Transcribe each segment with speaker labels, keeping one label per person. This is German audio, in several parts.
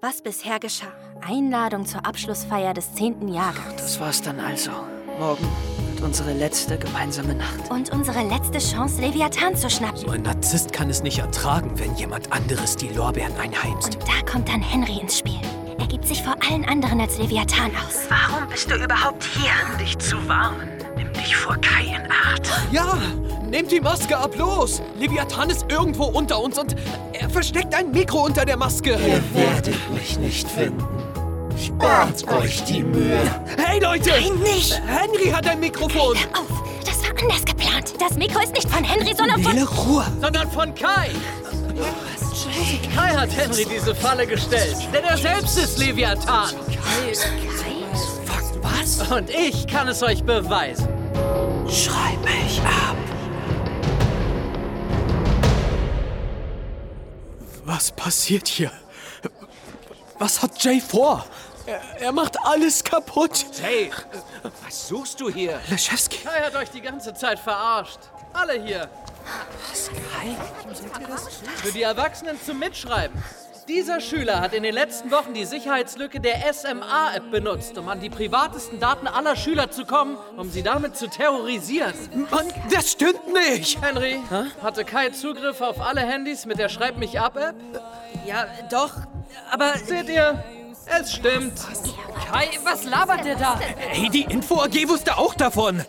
Speaker 1: was bisher geschah. Einladung zur Abschlussfeier des 10. Jahrgangs.
Speaker 2: Das war's dann also. Morgen wird unsere letzte gemeinsame Nacht.
Speaker 1: Und unsere letzte Chance, Leviathan zu schnappen.
Speaker 3: So ein Narzisst kann es nicht ertragen, wenn jemand anderes die Lorbeeren einheimst.
Speaker 1: Und da kommt dann Henry ins Spiel. Er gibt sich vor allen anderen als Leviathan aus.
Speaker 4: Warum bist du überhaupt hier?
Speaker 5: Um dich zu warnen, nimm dich vor Kai in Acht.
Speaker 3: Ja, nehmt die Maske ab, los! Leviathan ist irgendwo unter uns und er versteckt ein Mikro unter der Maske.
Speaker 6: Ihr werdet mich nicht finden. Spart euch die Mühe.
Speaker 3: Hey, Leute!
Speaker 1: Nein, nicht!
Speaker 3: Henry hat ein Mikrofon,
Speaker 1: Hör auf, das war anders geplant. Das Mikro ist nicht von Henry, sondern von...
Speaker 3: Nele, Ruhe!
Speaker 7: sondern von Kai. Kai hat Henry diese Falle gestellt, denn er selbst ist Leviathan.
Speaker 3: Fuck, was?
Speaker 7: Und ich kann es euch beweisen.
Speaker 2: Schreib mich ab.
Speaker 3: Was passiert hier? Was hat Jay vor? Er, er macht alles kaputt.
Speaker 7: Hey,
Speaker 5: Was suchst du hier?
Speaker 3: Leschewski.
Speaker 7: Kai hat euch die ganze Zeit verarscht. Alle hier. Was, Kai? Für die Erwachsenen zum Mitschreiben. Dieser Schüler hat in den letzten Wochen die Sicherheitslücke der SMA-App benutzt, um an die privatesten Daten aller Schüler zu kommen, um sie damit zu terrorisieren.
Speaker 3: Mann, das stimmt nicht.
Speaker 7: Henry, hatte Kai Zugriff auf alle Handys mit der Schreib mich ab App?
Speaker 8: Ja, doch, aber
Speaker 7: Seht ihr? Es stimmt.
Speaker 8: Kai, was labert der da?
Speaker 3: Hey, die Info AG wusste auch davon.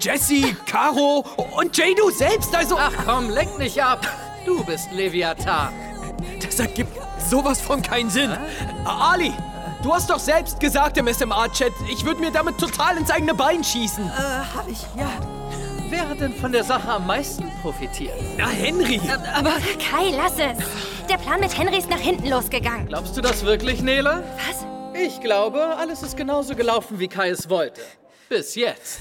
Speaker 3: Jesse, Caro und Jado selbst, also.
Speaker 7: Ach komm, lenk nicht ab. Du bist Leviathan.
Speaker 3: Das ergibt sowas von keinen Sinn. Ali, du hast doch selbst gesagt im SMA-Chat, ich würde mir damit total ins eigene Bein schießen.
Speaker 8: Hab ich, ja.
Speaker 7: Wer hat denn von der Sache am meisten profitiert?
Speaker 3: Na, Henry.
Speaker 1: Kai, lass es. Der Plan mit Henry ist nach hinten losgegangen.
Speaker 7: Glaubst du das wirklich, Nele?
Speaker 1: Was?
Speaker 7: Ich glaube, alles ist genauso gelaufen, wie Kai es wollte. Bis jetzt.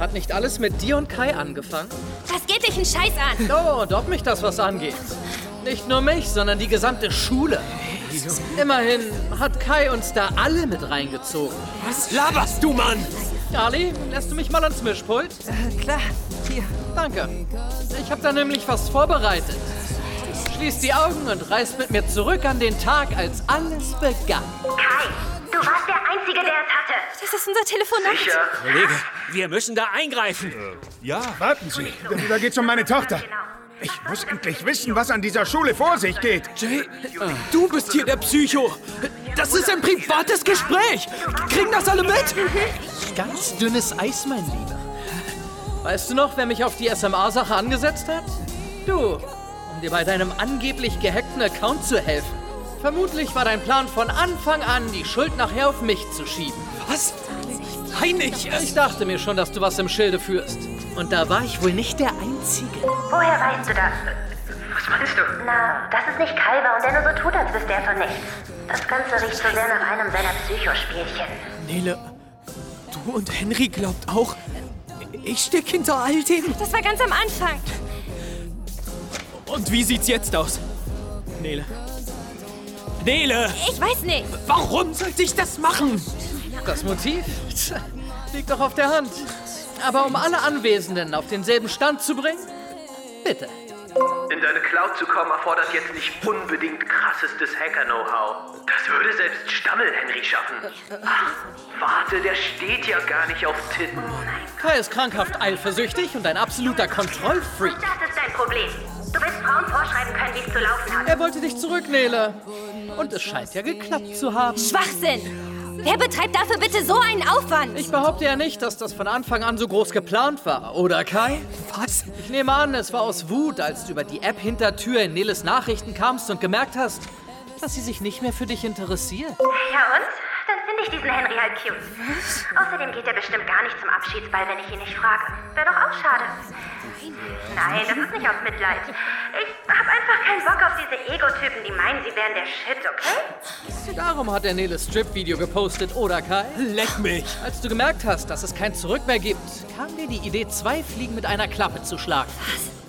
Speaker 7: Hat nicht alles mit dir und Kai angefangen?
Speaker 1: Das geht dich einen Scheiß an.
Speaker 7: Oh, und ob mich das was angeht. Nicht nur mich, sondern die gesamte Schule. Immerhin hat Kai uns da alle mit reingezogen.
Speaker 3: Was laberst du, Mann?
Speaker 7: Ali, lässt du mich mal ans Mischpult?
Speaker 8: Äh, Klar, hier.
Speaker 7: Danke. Ich habe da nämlich was vorbereitet. Schließ die Augen und reist mit mir zurück an den Tag, als alles begann.
Speaker 4: Kai, du warst der Einzige, der es hatte.
Speaker 1: Das ist unser Telefonat.
Speaker 5: Kollege, wir müssen da eingreifen.
Speaker 6: Ja,
Speaker 9: Warten Sie, da, da geht's um meine Tochter. Ich muss endlich wissen, was an dieser Schule vor sich geht.
Speaker 3: Jay, du bist hier der Psycho. Das ist ein privates Gespräch. Kriegen das alle mit?
Speaker 7: Ganz dünnes Eis, mein Lieber. Weißt du noch, wer mich auf die SMA-Sache angesetzt hat? Du, um dir bei deinem angeblich gehackten Account zu helfen. Vermutlich war dein Plan von Anfang an, die Schuld nachher auf mich zu schieben.
Speaker 3: Was? Nein, ich. äh,
Speaker 7: Ich dachte mir schon, dass du was im Schilde führst. Und da war ich wohl nicht der Einzige.
Speaker 4: Woher weißt du das?
Speaker 5: Was meinst du?
Speaker 4: Na, dass es nicht Kai war und der nur so tut, als wüsste er von nichts. Das Ganze riecht so sehr nach einem seiner Psychospielchen.
Speaker 3: Nele, du und Henry glaubt auch, ich steck hinter all dem.
Speaker 1: Das war ganz am Anfang.
Speaker 3: Und wie sieht's jetzt aus? Nele. Nele,
Speaker 1: Ich weiß nicht.
Speaker 3: warum sollte ich das machen?
Speaker 7: Das Motiv? Tja, Liegt doch auf der Hand. Aber um alle Anwesenden auf denselben Stand zu bringen? Bitte.
Speaker 5: In deine Cloud zu kommen erfordert jetzt nicht unbedingt krassestes Hacker-Know-how. Das würde selbst Stammel Henry schaffen. Ach, warte, der steht ja gar nicht auf Titten.
Speaker 7: Kai ist krankhaft eifersüchtig und ein absoluter Kontrollfreak.
Speaker 4: Das ist dein Problem. Du willst Frauen vorschreiben können, wie es zu laufen hat.
Speaker 7: Er wollte dich zurück, Nele. Und es scheint ja geklappt zu haben.
Speaker 1: Schwachsinn. Wer betreibt dafür bitte so einen Aufwand?
Speaker 7: Ich behaupte ja nicht, dass das von Anfang an so groß geplant war, oder Kai?
Speaker 3: Was?
Speaker 7: Ich nehme an, es war aus Wut, als du über die App Hintertür in Neles Nachrichten kamst und gemerkt hast, dass sie sich nicht mehr für dich interessiert.
Speaker 4: Ja und? Dann finde ich diesen Henry halt cute. Außerdem geht er bestimmt gar nicht zum Abschiedsball, wenn ich ihn nicht frage. Wäre doch auch schade. Nein, das ist nicht aus Mitleid. Ich hab einfach keinen Bock auf diese Ego-Typen, die meinen, sie wären der Shit, okay?
Speaker 7: Darum hat er Neles Strip-Video gepostet, oder Kai?
Speaker 3: Leck mich.
Speaker 7: Als du gemerkt hast, dass es kein Zurück mehr gibt, kam dir die Idee, zwei Fliegen mit einer Klappe zu schlagen.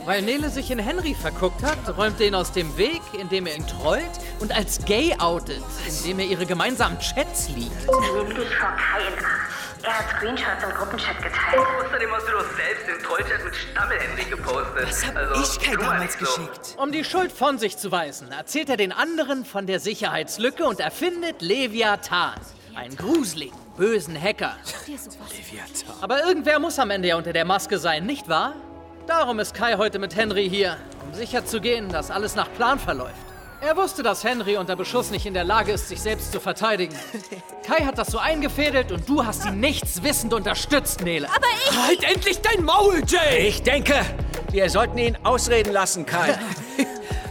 Speaker 7: Weil Nele sich in Henry verguckt hat, räumt er ihn aus dem Weg, indem er ihn trollt und als gay outet, indem er ihre gemeinsamen Chats liegt.
Speaker 4: Nimm dich vor Kai in Acht. Er hat Screenshots im Gruppenchat geteilt.
Speaker 5: Außerdem hast du doch selbst den Trollchat mit Stammelhandy gepostet.
Speaker 2: Das hab
Speaker 5: also,
Speaker 2: ich Kai
Speaker 5: tu mal
Speaker 2: damals
Speaker 5: nicht so.
Speaker 2: geschickt.
Speaker 7: Um die Schuld von sich zu weisen, erzählt er den anderen von der Sicherheitslücke und erfindet Leviathan, einen gruseligen, bösen Hacker. Aber irgendwer muss am Ende ja unter der Maske sein, nicht wahr? Darum ist Kai heute mit Henry hier, um sicherzugehen, dass alles nach Plan verläuft. Er wusste, dass Henry unter Beschuss nicht in der Lage ist, sich selbst zu verteidigen. Kai hat das so eingefädelt und du hast ihn nichtswissend unterstützt, Nele. Aber
Speaker 3: Halt endlich dein Maul, Jay!
Speaker 6: Ich denke, wir sollten ihn ausreden lassen, Kai.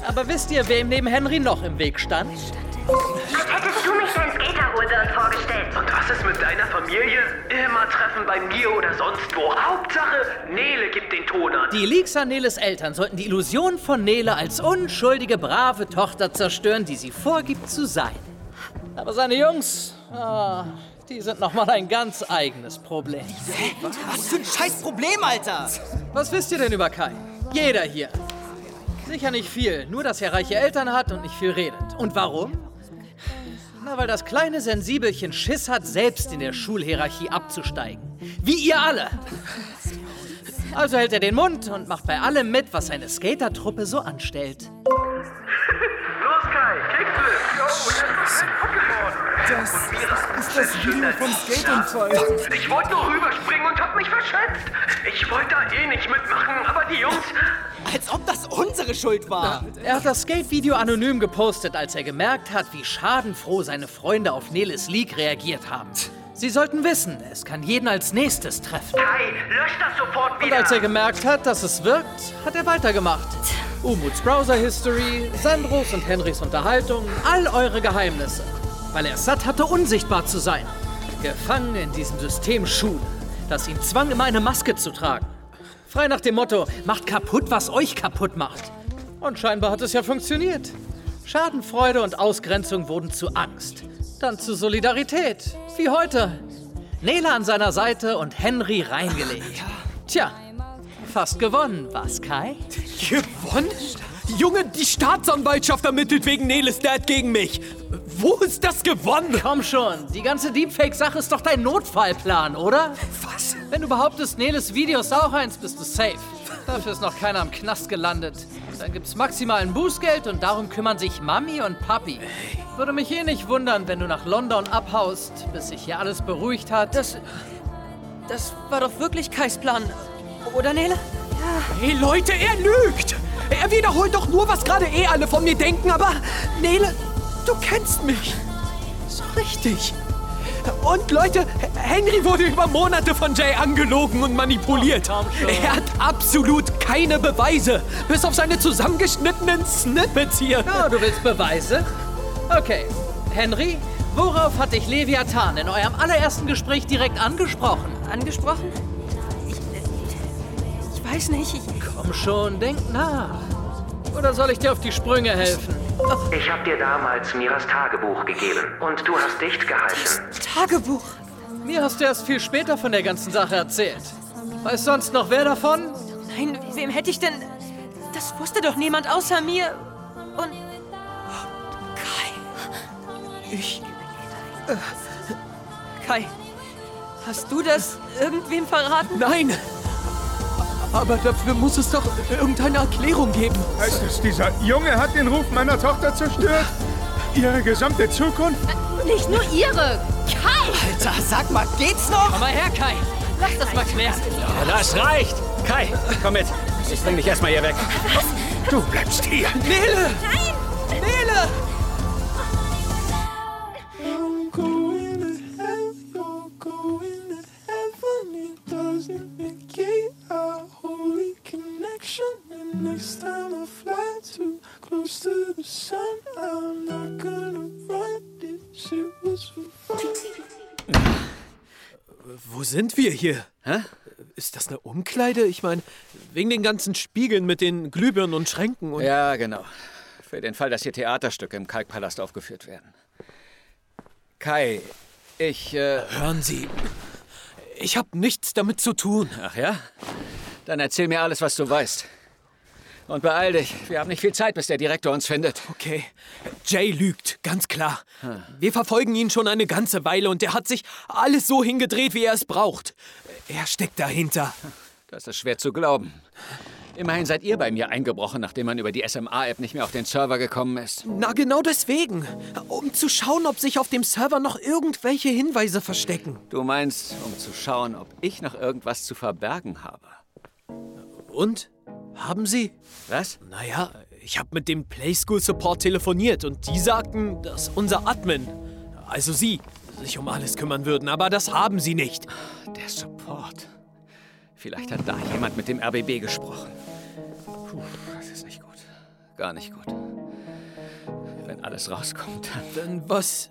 Speaker 7: Aber wisst ihr, wem neben Henry noch im Weg stand?
Speaker 4: Als hättest du mich deinen Skaterhosern vorgestellt.
Speaker 5: Und was ist mit deiner Familie? Immer Treffen bei mir oder sonst wo. Hauptsache, Nele gibt den Ton an.
Speaker 7: Die Leaks an Neles Eltern sollten die Illusion von Nele als unschuldige, brave Tochter zerstören, die sie vorgibt zu sein. Aber seine Jungs, ah, die sind nochmal ein ganz eigenes Problem.
Speaker 2: Was für ein scheiß Problem, Alter!
Speaker 7: Was wisst ihr denn über Kai? Jeder hier. Sicher nicht viel, nur dass er reiche Eltern hat und nicht viel redet. Und warum? Na, weil das kleine Sensibelchen Schiss hat, selbst in der Schulhierarchie abzusteigen. Wie ihr alle. Also hält er den Mund und macht bei allem mit, was seine Skatertruppe so anstellt.
Speaker 5: Los, Kai, Kickflip. Jo, das ist ein Das ist das Video vom Skateunfall. Ich wollte nur rüberspringen und hab mich verschätzt. Ich wollte da eh nicht mitmachen, aber die Jungs...
Speaker 2: Als ob das unsere Schuld war!
Speaker 7: Er hat das Skate-Video anonym gepostet, als er gemerkt hat, wie schadenfroh seine Freunde auf Neles Leak reagiert haben. Sie sollten wissen, es kann jeden als nächstes treffen.
Speaker 5: Kai, lösch das sofort
Speaker 7: Und
Speaker 5: wieder.
Speaker 7: als er gemerkt hat, dass es wirkt, hat er weitergemacht. Umuts Browser History, Sandros und Henrys Unterhaltung, all eure Geheimnisse. Weil er es satt hatte, unsichtbar zu sein. Gefangen in diesem System Schule, das ihn zwang, immer eine Maske zu tragen. Frei nach dem Motto, macht kaputt, was euch kaputt macht. Und scheinbar hat es ja funktioniert. Schadenfreude und Ausgrenzung wurden zu Angst. Dann zu Solidarität, wie heute. Nela an seiner Seite und Henry reingelegt. Tja, fast gewonnen, was, Kai?
Speaker 3: Gewonnen? Junge, die Staatsanwaltschaft ermittelt wegen Neles Dad gegen mich. Wo ist das gewonnen?
Speaker 7: Komm schon, die ganze Deepfake-Sache ist doch dein Notfallplan, oder?
Speaker 3: Was?
Speaker 7: Wenn du behauptest, Neles Video ist auch eins, bist du safe. Dafür ist noch keiner im Knast gelandet. Dann gibt's maximal ein Bußgeld und darum kümmern sich Mami und Papi. Würde mich eh nicht wundern, wenn du nach London abhaust, bis sich hier alles beruhigt hat. Das
Speaker 8: Das war doch wirklich Kais Plan. Oder, Nele?
Speaker 3: Hey Leute, er lügt! Er wiederholt doch nur, was gerade eh alle von mir denken, aber Nele, du kennst mich. So richtig. Und Leute, Henry wurde über Monate von Jay angelogen und manipuliert. er hat absolut keine Beweise, bis auf seine zusammengeschnittenen Snippets hier.
Speaker 7: Ja, du willst Beweise? Okay. Henry, worauf hat dich Leviathan in eurem allerersten Gespräch direkt angesprochen?
Speaker 8: Angesprochen? Ich, ich weiß nicht. Ich,
Speaker 7: Komm schon, denk nach. Oder soll ich dir auf die Sprünge helfen?
Speaker 5: Ich hab dir damals Miras Tagebuch gegeben und du hast dicht gehalten.
Speaker 8: Tagebuch.
Speaker 7: Mir hast du erst viel später von der ganzen Sache erzählt. Weiß sonst noch wer davon?
Speaker 8: Nein, wem hätte ich denn... Das wusste doch niemand außer mir. Und... Kai. Ich... Äh, Kai, hast du das irgendwem verraten?
Speaker 3: Nein. Aber dafür muss es doch irgendeine Erklärung geben.
Speaker 9: Heißt es, dieser Junge hat den Ruf meiner Tochter zerstört? Ihre gesamte Zukunft?
Speaker 1: Nicht nur ihre. Kai!
Speaker 2: Alter, sag mal, geht's noch?
Speaker 7: Aber Herr Kai, lass das mal klären.
Speaker 6: Das reicht. Kai, komm mit. Ich bring dich erstmal hier weg.
Speaker 9: Du bleibst hier.
Speaker 3: Nele! Nele! Wo sind wir hier? Hä? Ist das eine Umkleide? Ich meine, wegen den ganzen Spiegeln mit den Glühbirnen und Schränken und.
Speaker 6: Ja, genau. Für den Fall, dass hier Theaterstücke im Kalkpalast aufgeführt werden. Kai, ich. Äh,
Speaker 3: Hören Sie, ich habe nichts damit zu tun.
Speaker 6: ach ja? Dann erzähl mir alles, was du weißt. Und beeil dich. Wir haben nicht viel Zeit, bis der Direktor uns findet.
Speaker 3: Okay. Jay lügt, ganz klar. Wir verfolgen ihn schon eine ganze Weile und er hat sich alles so hingedreht, wie er es braucht. Er steckt dahinter.
Speaker 6: Das ist schwer zu glauben. Immerhin seid ihr bei mir eingebrochen, nachdem man über die SMA-App nicht mehr auf den Server gekommen ist.
Speaker 3: Na, genau deswegen. Um zu schauen, ob sich auf dem Server noch irgendwelche Hinweise verstecken.
Speaker 6: Du meinst, um zu schauen, ob ich noch irgendwas zu verbergen habe.
Speaker 3: Und? Haben Sie?
Speaker 6: Was?
Speaker 3: Naja, ich habe mit dem Playschool Support telefoniert und die sagten, dass unser Admin, also Sie, sich um alles kümmern würden, aber das haben Sie nicht.
Speaker 6: Der Support. Vielleicht hat da jemand mit dem RBB gesprochen. Puh, das ist nicht gut. Gar nicht gut. Wenn alles rauskommt, dann
Speaker 3: Dann was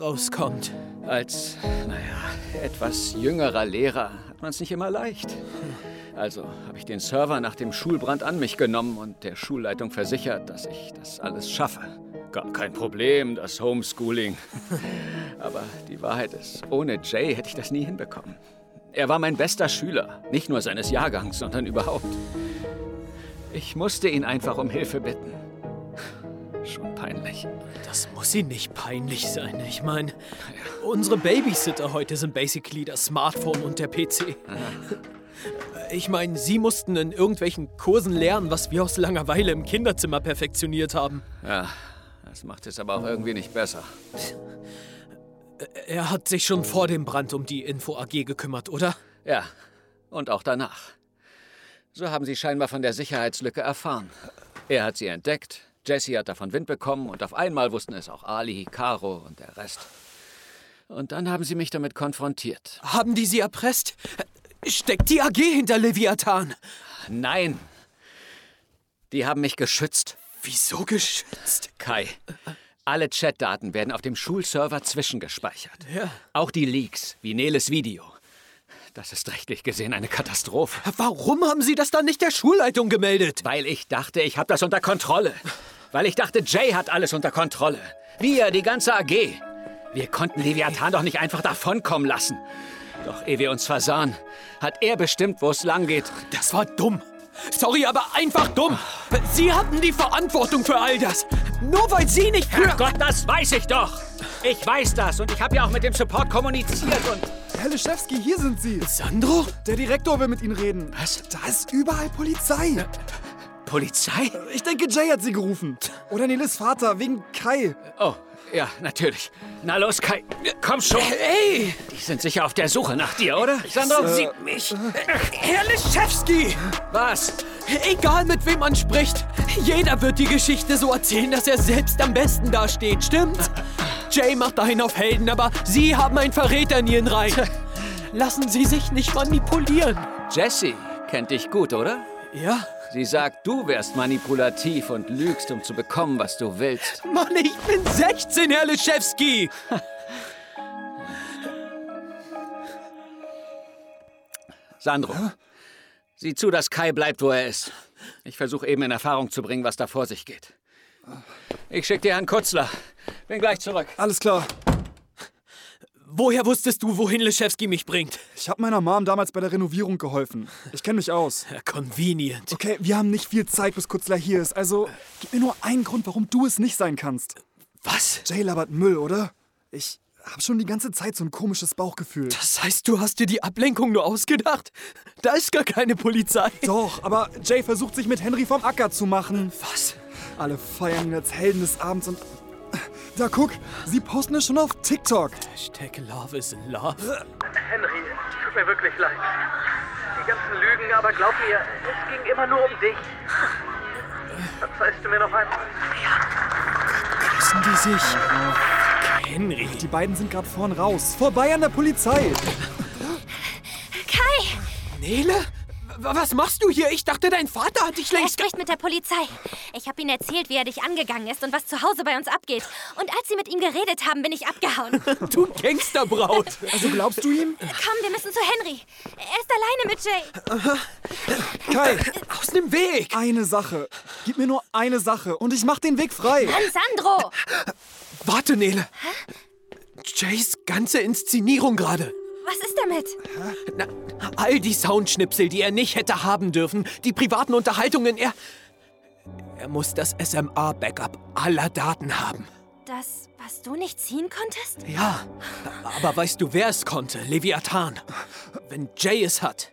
Speaker 3: rauskommt.
Speaker 6: Als, naja, etwas jüngerer Lehrer hat man es nicht immer leicht. Also habe ich den Server nach dem Schulbrand an mich genommen und der Schulleitung versichert, dass ich das alles schaffe. Gar kein Problem, das Homeschooling. Aber die Wahrheit ist, ohne Jay hätte ich das nie hinbekommen. Er war mein bester Schüler, nicht nur seines Jahrgangs, sondern überhaupt. Ich musste ihn einfach um Hilfe bitten. Schon peinlich.
Speaker 3: Das muss Ihnen nicht peinlich sein. Ich meine, unsere Babysitter heute sind basically das Smartphone und der PC. Ich meine, Sie mussten in irgendwelchen Kursen lernen, was wir aus Langeweile im Kinderzimmer perfektioniert haben.
Speaker 6: Ja, das macht es aber auch irgendwie nicht besser.
Speaker 3: Er hat sich schon vor dem Brand um die Info AG gekümmert, oder?
Speaker 6: Ja, und auch danach. So haben sie scheinbar von der Sicherheitslücke erfahren. Er hat sie entdeckt, Jesse hat davon Wind bekommen und auf einmal wussten es auch Ali, Caro und der Rest. Und dann haben sie mich damit konfrontiert.
Speaker 3: Haben die Sie erpresst? Steckt die AG hinter Leviathan?
Speaker 6: Nein! Die haben mich geschützt,
Speaker 3: Wieso geschützt?
Speaker 6: Kai. Alle Chatdaten werden auf dem Schulserver zwischengespeichert.
Speaker 3: Ja.
Speaker 6: Auch die Leaks, wie Neles Video. Das ist rechtlich gesehen eine Katastrophe.
Speaker 3: Warum haben Sie das dann nicht der Schulleitung gemeldet?
Speaker 6: Weil ich dachte, ich habe das unter Kontrolle. Weil ich dachte, Jay hat alles unter Kontrolle. Wir, die ganze AG. Wir konnten Leviathan doch nicht einfach davonkommen lassen. Doch ehe wir uns versahen, hat er bestimmt, wo es lang geht.
Speaker 3: Das war dumm. Sorry, aber einfach dumm. Sie hatten die Verantwortung für all das. Nur weil Sie nicht für...
Speaker 6: Gott, das weiß ich doch. Ich weiß das und ich habe ja auch mit dem Support kommuniziert und...
Speaker 10: Herr Leschewski, hier sind Sie.
Speaker 3: Sandro?
Speaker 10: Der Direktor will mit Ihnen reden.
Speaker 6: Was?
Speaker 10: Da ist überall Polizei.
Speaker 3: Äh,
Speaker 6: Polizei?
Speaker 10: Ich denke, Jay hat Sie gerufen. Oder Neles Vater, wegen Kai.
Speaker 6: Oh, ja, natürlich. Na los, Kai. Komm schon.
Speaker 3: Ey,
Speaker 6: Die sind sicher auf der Suche nach dir, oder? Äh, Sandro? Sie-
Speaker 3: mich. Herr Leschewski!
Speaker 6: Was?
Speaker 3: Egal mit wem man spricht, jeder wird die Geschichte so erzählen, dass er selbst am besten dasteht, stimmt's? Jay macht dahin auf Helden, aber Sie haben einen Verräter in Ihren Reihen. Lassen Sie sich nicht manipulieren.
Speaker 6: Jesse kennt dich gut, oder?
Speaker 3: Ja?
Speaker 6: Sie sagt, du wärst manipulativ und lügst, um zu bekommen, was du willst.
Speaker 3: Mann, ich bin 16, Herr Leschewski!
Speaker 6: Sandro, sieh zu, dass Kai bleibt, wo er ist. Ich versuche eben in Erfahrung zu bringen, was da vor sich geht. Ich schicke dir Herrn Kutzler. Bin gleich zurück.
Speaker 10: Alles klar.
Speaker 3: Woher wusstest du, wohin Leschewski mich bringt?
Speaker 10: Ich habe meiner Mom damals bei der Renovierung geholfen. Ich kenne mich aus.
Speaker 3: Ja, Convenient.
Speaker 10: Okay, wir haben nicht viel Zeit, bis Kutzler hier ist. Also, gib mir nur einen Grund, warum du es nicht sein kannst.
Speaker 3: Was?
Speaker 10: Jay labert Müll, oder? Ich habe schon die ganze Zeit so ein komisches Bauchgefühl.
Speaker 3: Das heißt, du hast dir die Ablenkung nur ausgedacht? Da ist gar keine Polizei.
Speaker 10: Doch, aber Jay versucht sich mit Henry vom Acker zu machen.
Speaker 3: Was?
Speaker 10: Alle feiern ihn als Helden des Abends und... Da guck, sie posten es schon auf TikTok.
Speaker 3: Hashtag Love is Love.
Speaker 5: Henry, es tut mir wirklich leid. Die ganzen Lügen, aber glaub mir, es ging immer nur um dich. Verzeihst du mir noch einmal?
Speaker 3: Küssen die sich? Henry.
Speaker 10: Die beiden sind gerade vorn raus. Vorbei an der Polizei.
Speaker 1: Kai!
Speaker 3: Nele? W- Was machst du hier? Ich dachte, dein Vater hat dich
Speaker 1: Er
Speaker 3: längst... ge-
Speaker 1: spricht mit der Polizei. Ich habe ihm erzählt, wie er dich angegangen ist und was zu Hause bei uns abgeht. Und als sie mit ihm geredet haben, bin ich abgehauen. Komm,
Speaker 3: Du Gangsterbraut.
Speaker 10: Also glaubst du ihm?
Speaker 1: wir müssen zu Henry. Er ist alleine mit Jay.
Speaker 10: Kai,
Speaker 3: Aus dem Weg.
Speaker 10: eine Sache. Gib mir nur eine Sache und ich mach den Weg frei.
Speaker 1: Mann, Sandro!
Speaker 3: Warte, Nele. Jays ganze Inszenierung gerade.
Speaker 1: Was ist damit?
Speaker 3: Na, all die Soundschnipsel, die er nicht hätte haben dürfen, die privaten Unterhaltungen, er... Er muss das SMA-Backup aller Daten haben.
Speaker 1: Das, was du nicht ziehen konntest?
Speaker 3: Ja, aber weißt du, wer es konnte? Leviathan. Wenn Jay es hat,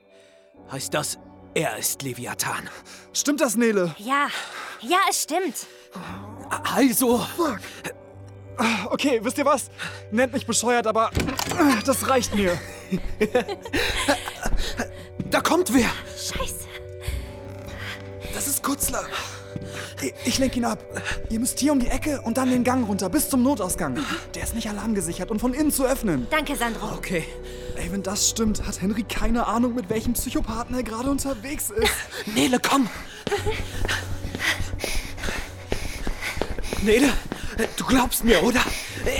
Speaker 3: heißt das, er ist Leviathan.
Speaker 11: Stimmt das, Nele?
Speaker 1: Ja, ja, es stimmt.
Speaker 3: Also.
Speaker 11: Fuck. Okay, wisst ihr was? Nennt mich bescheuert, aber das reicht mir.
Speaker 3: da kommt wer!
Speaker 1: Scheiße.
Speaker 11: Das ist Kutzler. Ich lenke ihn ab. Ihr müsst hier um die Ecke und dann den Gang runter bis zum Notausgang. Der ist nicht alarmgesichert und von innen zu öffnen.
Speaker 1: Danke, Sandro.
Speaker 3: Okay.
Speaker 11: Ey, wenn das stimmt, hat Henry keine Ahnung, mit welchem Psychopathen er gerade unterwegs ist.
Speaker 3: Nele, komm! Nele, du glaubst mir, oder?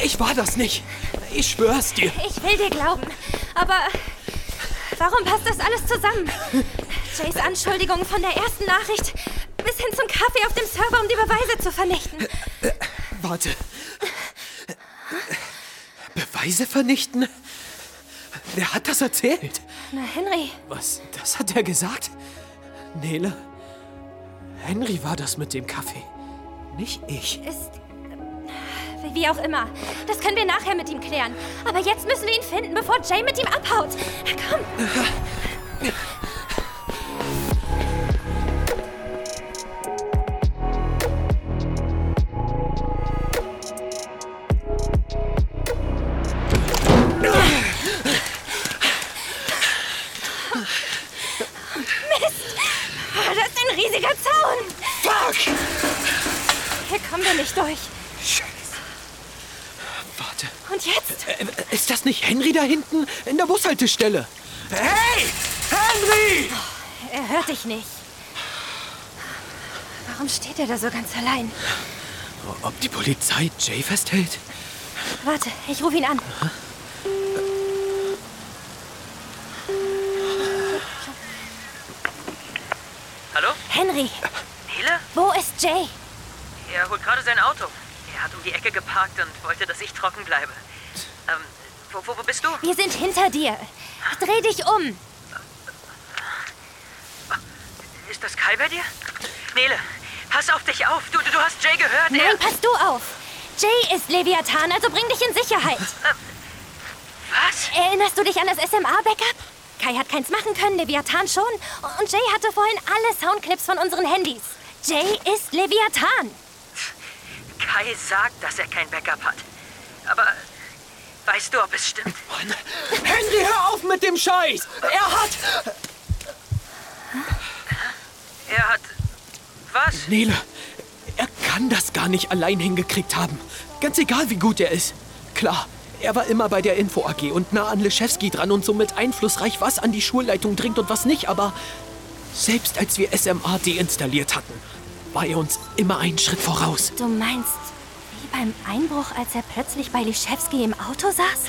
Speaker 3: Ich war das nicht. Ich schwör's dir.
Speaker 1: Ich will dir glauben. Aber warum passt das alles zusammen? Jays Anschuldigungen von der ersten Nachricht bis hin zum Kaffee auf dem Server, um die Beweise zu vernichten.
Speaker 3: Warte. Beweise vernichten? Wer hat das erzählt?
Speaker 1: Na, Henry.
Speaker 3: Was? Das hat er gesagt? Nele? Henry war das mit dem Kaffee. Nicht ich.
Speaker 1: Ist. Äh, wie auch immer. Das können wir nachher mit ihm klären. Aber jetzt müssen wir ihn finden, bevor Jay mit ihm abhaut. Komm. Mist! Oh, das ist ein riesiger Zaun!
Speaker 3: Fuck!
Speaker 1: Hier kommen wir nicht durch.
Speaker 3: Scheiße. Warte.
Speaker 1: Und jetzt?
Speaker 3: Äh, Ist das nicht Henry da hinten? In der Bushaltestelle. Hey! Henry!
Speaker 1: Er hört dich nicht. Warum steht er da so ganz allein?
Speaker 3: Ob die Polizei Jay festhält?
Speaker 1: Warte, ich rufe ihn an.
Speaker 7: Hallo?
Speaker 1: Henry,
Speaker 7: Nele?
Speaker 1: wo ist Jay?
Speaker 7: Er holt gerade sein Auto. Er hat um die Ecke geparkt und wollte, dass ich trocken bleibe. Ähm, wo, wo, wo bist du?
Speaker 1: Wir sind hinter dir. Dreh dich um.
Speaker 7: Ist das Kai bei dir? Nele, pass auf dich auf. Du, du, du hast Jay gehört.
Speaker 1: Nein, pass du auf. Jay ist Leviathan, also bring dich in Sicherheit.
Speaker 7: Was?
Speaker 1: Erinnerst du dich an das SMA-Backup? Kai hat keins machen können, Leviathan schon. Und Jay hatte vorhin alle Soundclips von unseren Handys. Jay ist Leviathan.
Speaker 7: Er, Kai sagt, dass er kein Backup hat. Aber weißt du, ob es stimmt?
Speaker 3: Henry, hör auf mit dem Scheiß! Er hat.
Speaker 7: Er hat. Was?
Speaker 3: Nele, er kann das gar nicht allein hingekriegt haben. Ganz egal, wie gut er ist. Klar, er war immer bei der Info AG und nah an Leschewski dran und somit einflussreich, was an die Schulleitung dringt und was nicht, aber selbst als wir SMA deinstalliert hatten, war er uns immer einen Schritt voraus.
Speaker 1: Du meinst, wie beim Einbruch, als er plötzlich bei Lischewski im Auto saß?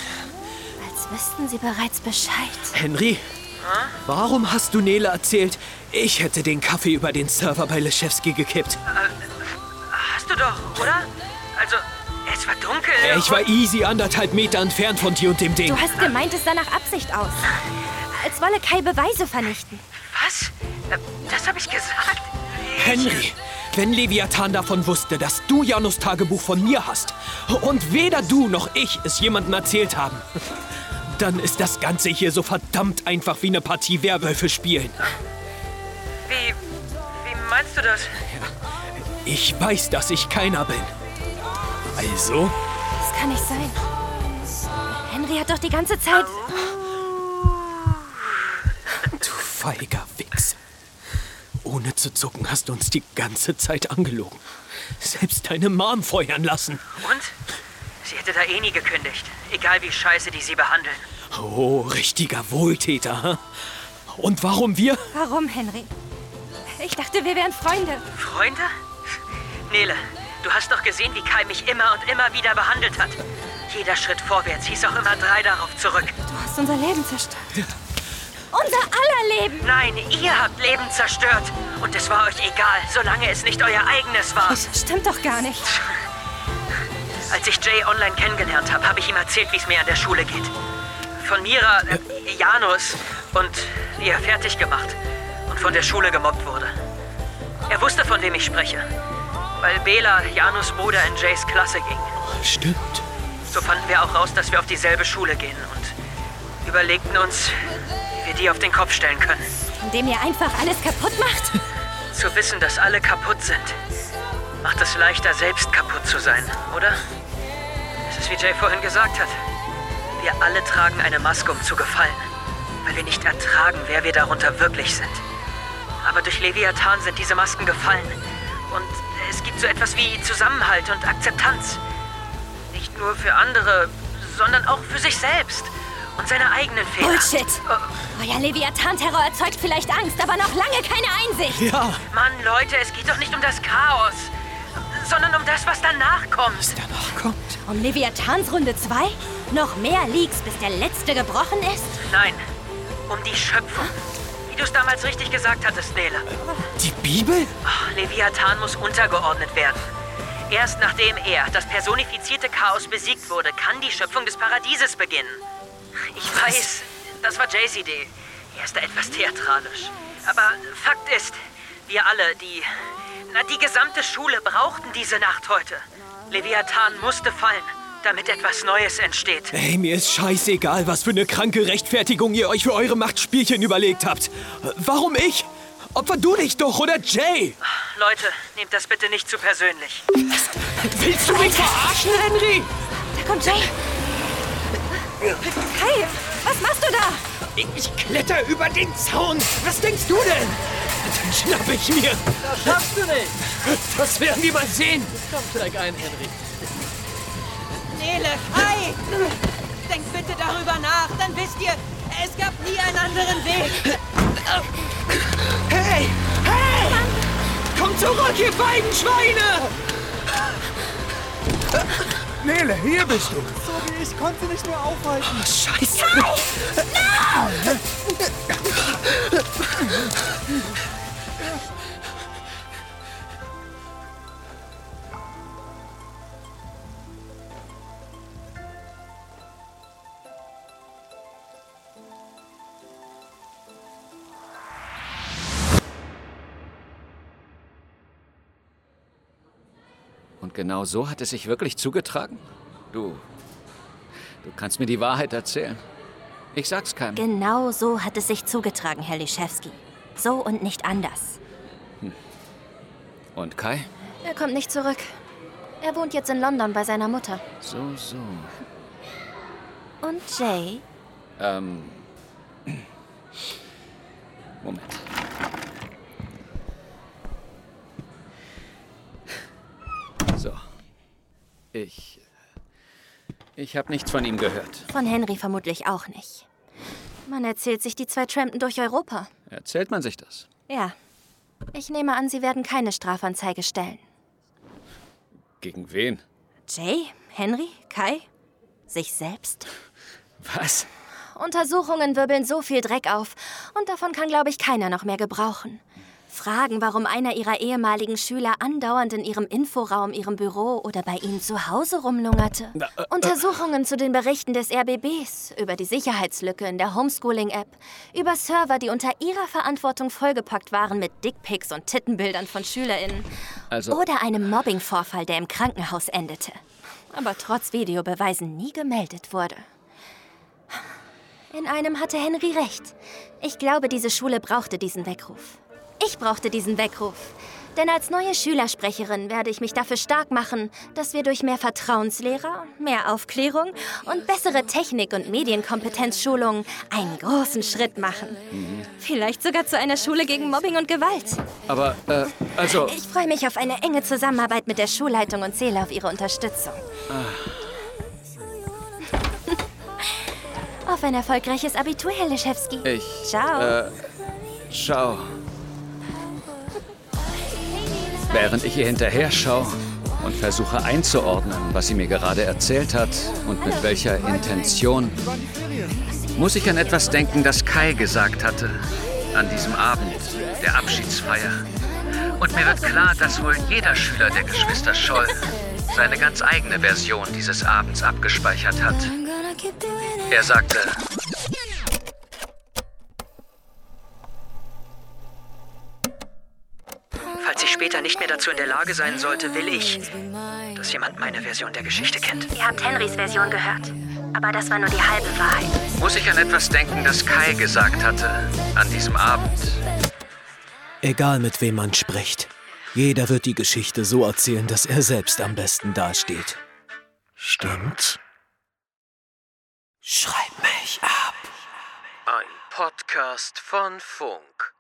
Speaker 1: Als wüssten sie bereits Bescheid.
Speaker 3: Henry, warum hast du Nele erzählt, ich hätte den Kaffee über den Server bei Leschewski gekippt?
Speaker 7: Äh, Hast du doch, oder? Also, es war dunkel.
Speaker 3: Ich war easy anderthalb Meter entfernt von dir und dem Ding.
Speaker 1: Du hast gemeint, es sah nach Absicht aus. Als wolle Kai Beweise vernichten.
Speaker 7: Was? Äh, Das habe ich gesagt.
Speaker 3: Henry, wenn Leviathan davon wusste, dass du Janus Tagebuch von mir hast und weder du noch ich es jemandem erzählt haben, dann ist das Ganze hier so verdammt einfach wie eine Partie Werwölfe spielen.
Speaker 7: Wie, wie meinst du das?
Speaker 3: Ich weiß, dass ich keiner bin. Also?
Speaker 1: Das kann nicht sein. Henry hat doch die ganze Zeit.
Speaker 3: Du feiger Wichs. Ohne zu zucken hast du uns die ganze Zeit angelogen. Selbst deine Mom feuern lassen.
Speaker 7: Und? Sie hätte da eh nie gekündigt. Egal wie scheiße die sie behandeln.
Speaker 3: Oh, richtiger Wohltäter, ha? Und warum wir?
Speaker 1: Warum, Henry? Ich dachte, wir wären Freunde.
Speaker 7: Freunde? Nele, du hast doch gesehen, wie Kai mich immer und immer wieder behandelt hat. Jeder Schritt vorwärts hieß auch immer drei darauf zurück.
Speaker 1: Du hast unser Leben zerstört. Unser aller Leben!
Speaker 7: Nein, ihr habt Leben zerstört. Und es war euch egal, solange es nicht euer eigenes war.
Speaker 1: Das stimmt doch gar nicht.
Speaker 7: Als ich Jay online kennengelernt habe, habe ich ihm erzählt, wie es mir an der Schule geht. Von Mira, äh, Janus und ihr fertig gemacht und von der Schule gemobbt wurde. Er wusste, von wem ich spreche. weil Bela Janus Bruder in Jays Klasse ging.
Speaker 3: Stimmt.
Speaker 7: So fanden wir auch raus, dass wir auf dieselbe Schule gehen und überlegten uns, wie wir die auf den Kopf stellen können.
Speaker 1: Indem ihr einfach alles kaputt macht?
Speaker 7: Zu wissen, dass alle kaputt sind, macht es leichter, selbst kaputt zu sein, oder? Es ist wie Jay vorhin gesagt hat. Wir alle tragen eine Maske, um zu gefallen, weil wir nicht ertragen, wer wir darunter wirklich sind. Aber durch Leviathan sind diese Masken gefallen. Und es gibt so etwas wie Zusammenhalt und Akzeptanz. Nicht nur für andere, sondern auch für sich selbst und seine eigenen Fehler. Oh.
Speaker 1: Bullshit! Euer Leviathan-Terror erzeugt vielleicht Angst, aber noch lange keine Einsicht.
Speaker 3: Ja.
Speaker 7: Mann, Leute, es geht doch nicht um das Chaos, sondern um das, was danach kommt. Was
Speaker 3: danach kommt?
Speaker 1: Um Leviathans Runde 2? Noch mehr Leaks, bis der letzte gebrochen ist?
Speaker 7: Nein, um die Schöpfung. Wie du es damals richtig gesagt hattest, Nele.
Speaker 3: Die Bibel?
Speaker 7: Ach, Leviathan muss untergeordnet werden. Erst nachdem er, das personifizierte Chaos, besiegt wurde, kann die Schöpfung des Paradieses beginnen. Ich weiß, das war Jays Idee. Er ist da etwas theatralisch. Aber Fakt ist, wir alle, die. Na, die gesamte Schule brauchten diese Nacht heute. Leviathan musste fallen, damit etwas Neues entsteht.
Speaker 3: Ey, mir ist scheißegal, was für eine kranke Rechtfertigung ihr euch für eure Machtspielchen überlegt habt. Warum ich? Opfer du dich doch, oder Jay?
Speaker 7: Leute, nehmt das bitte nicht zu persönlich.
Speaker 3: Willst du mich verarschen, Henry?
Speaker 1: Da kommt Jay. Kai, was machst du da?
Speaker 3: Ich kletter über den Zaun. Was denkst du denn? Dann schnapp ich mir.
Speaker 12: Das schaffst du nicht.
Speaker 3: Das werden wir mal sehen.
Speaker 12: Komm, steig ein, Henry.
Speaker 8: Nele, Kai! Denkt bitte darüber nach, dann wisst ihr, es gab nie einen anderen Weg.
Speaker 3: Hey! Hey! Kommt zurück, ihr beiden Schweine!
Speaker 13: Nele, hier bist du.
Speaker 14: Sorry, ich konnte nicht mehr aufhalten.
Speaker 3: Oh, scheiße.
Speaker 6: Und genau so hat es sich wirklich zugetragen? Du. Du kannst mir die Wahrheit erzählen. Ich sag's keinem.
Speaker 1: Genau so hat es sich zugetragen, Herr Lischewski. So und nicht anders.
Speaker 6: Und Kai?
Speaker 1: Er kommt nicht zurück. Er wohnt jetzt in London bei seiner Mutter.
Speaker 6: So, so.
Speaker 1: Und Jay?
Speaker 6: Ähm. Moment. So. Ich. Ich habe nichts von ihm gehört.
Speaker 1: Von Henry vermutlich auch nicht. Man erzählt sich die zwei Trampen durch Europa.
Speaker 6: Erzählt man sich das?
Speaker 1: Ja. Ich nehme an, sie werden keine Strafanzeige stellen.
Speaker 6: Gegen wen?
Speaker 1: Jay? Henry? Kai? Sich selbst?
Speaker 6: Was?
Speaker 1: Untersuchungen wirbeln so viel Dreck auf und davon kann, glaube ich, keiner noch mehr gebrauchen. Fragen, warum einer ihrer ehemaligen Schüler andauernd in ihrem Inforaum, ihrem Büro oder bei ihnen zu Hause rumlungerte. Untersuchungen zu den Berichten des RBBs, über die Sicherheitslücke in der Homeschooling-App, über Server, die unter ihrer Verantwortung vollgepackt waren mit Dickpics und Tittenbildern von SchülerInnen.
Speaker 6: Also-
Speaker 1: oder einem Mobbing-Vorfall, der im Krankenhaus endete. Aber trotz Videobeweisen nie gemeldet wurde. In einem hatte Henry recht. Ich glaube, diese Schule brauchte diesen Weckruf. Ich brauchte diesen Weckruf. Denn als neue Schülersprecherin werde ich mich dafür stark machen, dass wir durch mehr Vertrauenslehrer, mehr Aufklärung und bessere Technik- und Medienkompetenzschulungen einen großen Schritt machen. Vielleicht sogar zu einer Schule gegen Mobbing und Gewalt.
Speaker 6: Aber, äh, also.
Speaker 1: Ich freue mich auf eine enge Zusammenarbeit mit der Schulleitung und zähle auf Ihre Unterstützung.
Speaker 6: Ah.
Speaker 1: Auf ein erfolgreiches Abitur, Herr Leschewski.
Speaker 6: Ich.
Speaker 1: Ciao.
Speaker 6: Äh, schau. Während ich ihr hinterher schaue und versuche einzuordnen, was sie mir gerade erzählt hat und mit welcher Intention, muss ich an etwas denken, das Kai gesagt hatte an diesem Abend der Abschiedsfeier. Und mir wird klar, dass wohl jeder Schüler der Geschwister Scholl seine ganz eigene Version dieses Abends abgespeichert hat. Er sagte,
Speaker 7: Falls ich später später nicht mehr dazu in der Lage sein sollte, will ich, dass jemand meine Version der Geschichte kennt.
Speaker 4: Ihr habt Henrys Version gehört. Aber das war nur die halbe Wahrheit.
Speaker 7: Muss ich an etwas denken, das Kai gesagt hatte an diesem Abend?
Speaker 3: Egal mit wem man spricht, jeder wird die Geschichte so erzählen, dass er selbst am besten dasteht. Stimmt's?
Speaker 15: Schreib mich ab.
Speaker 16: Ein Podcast von Funk.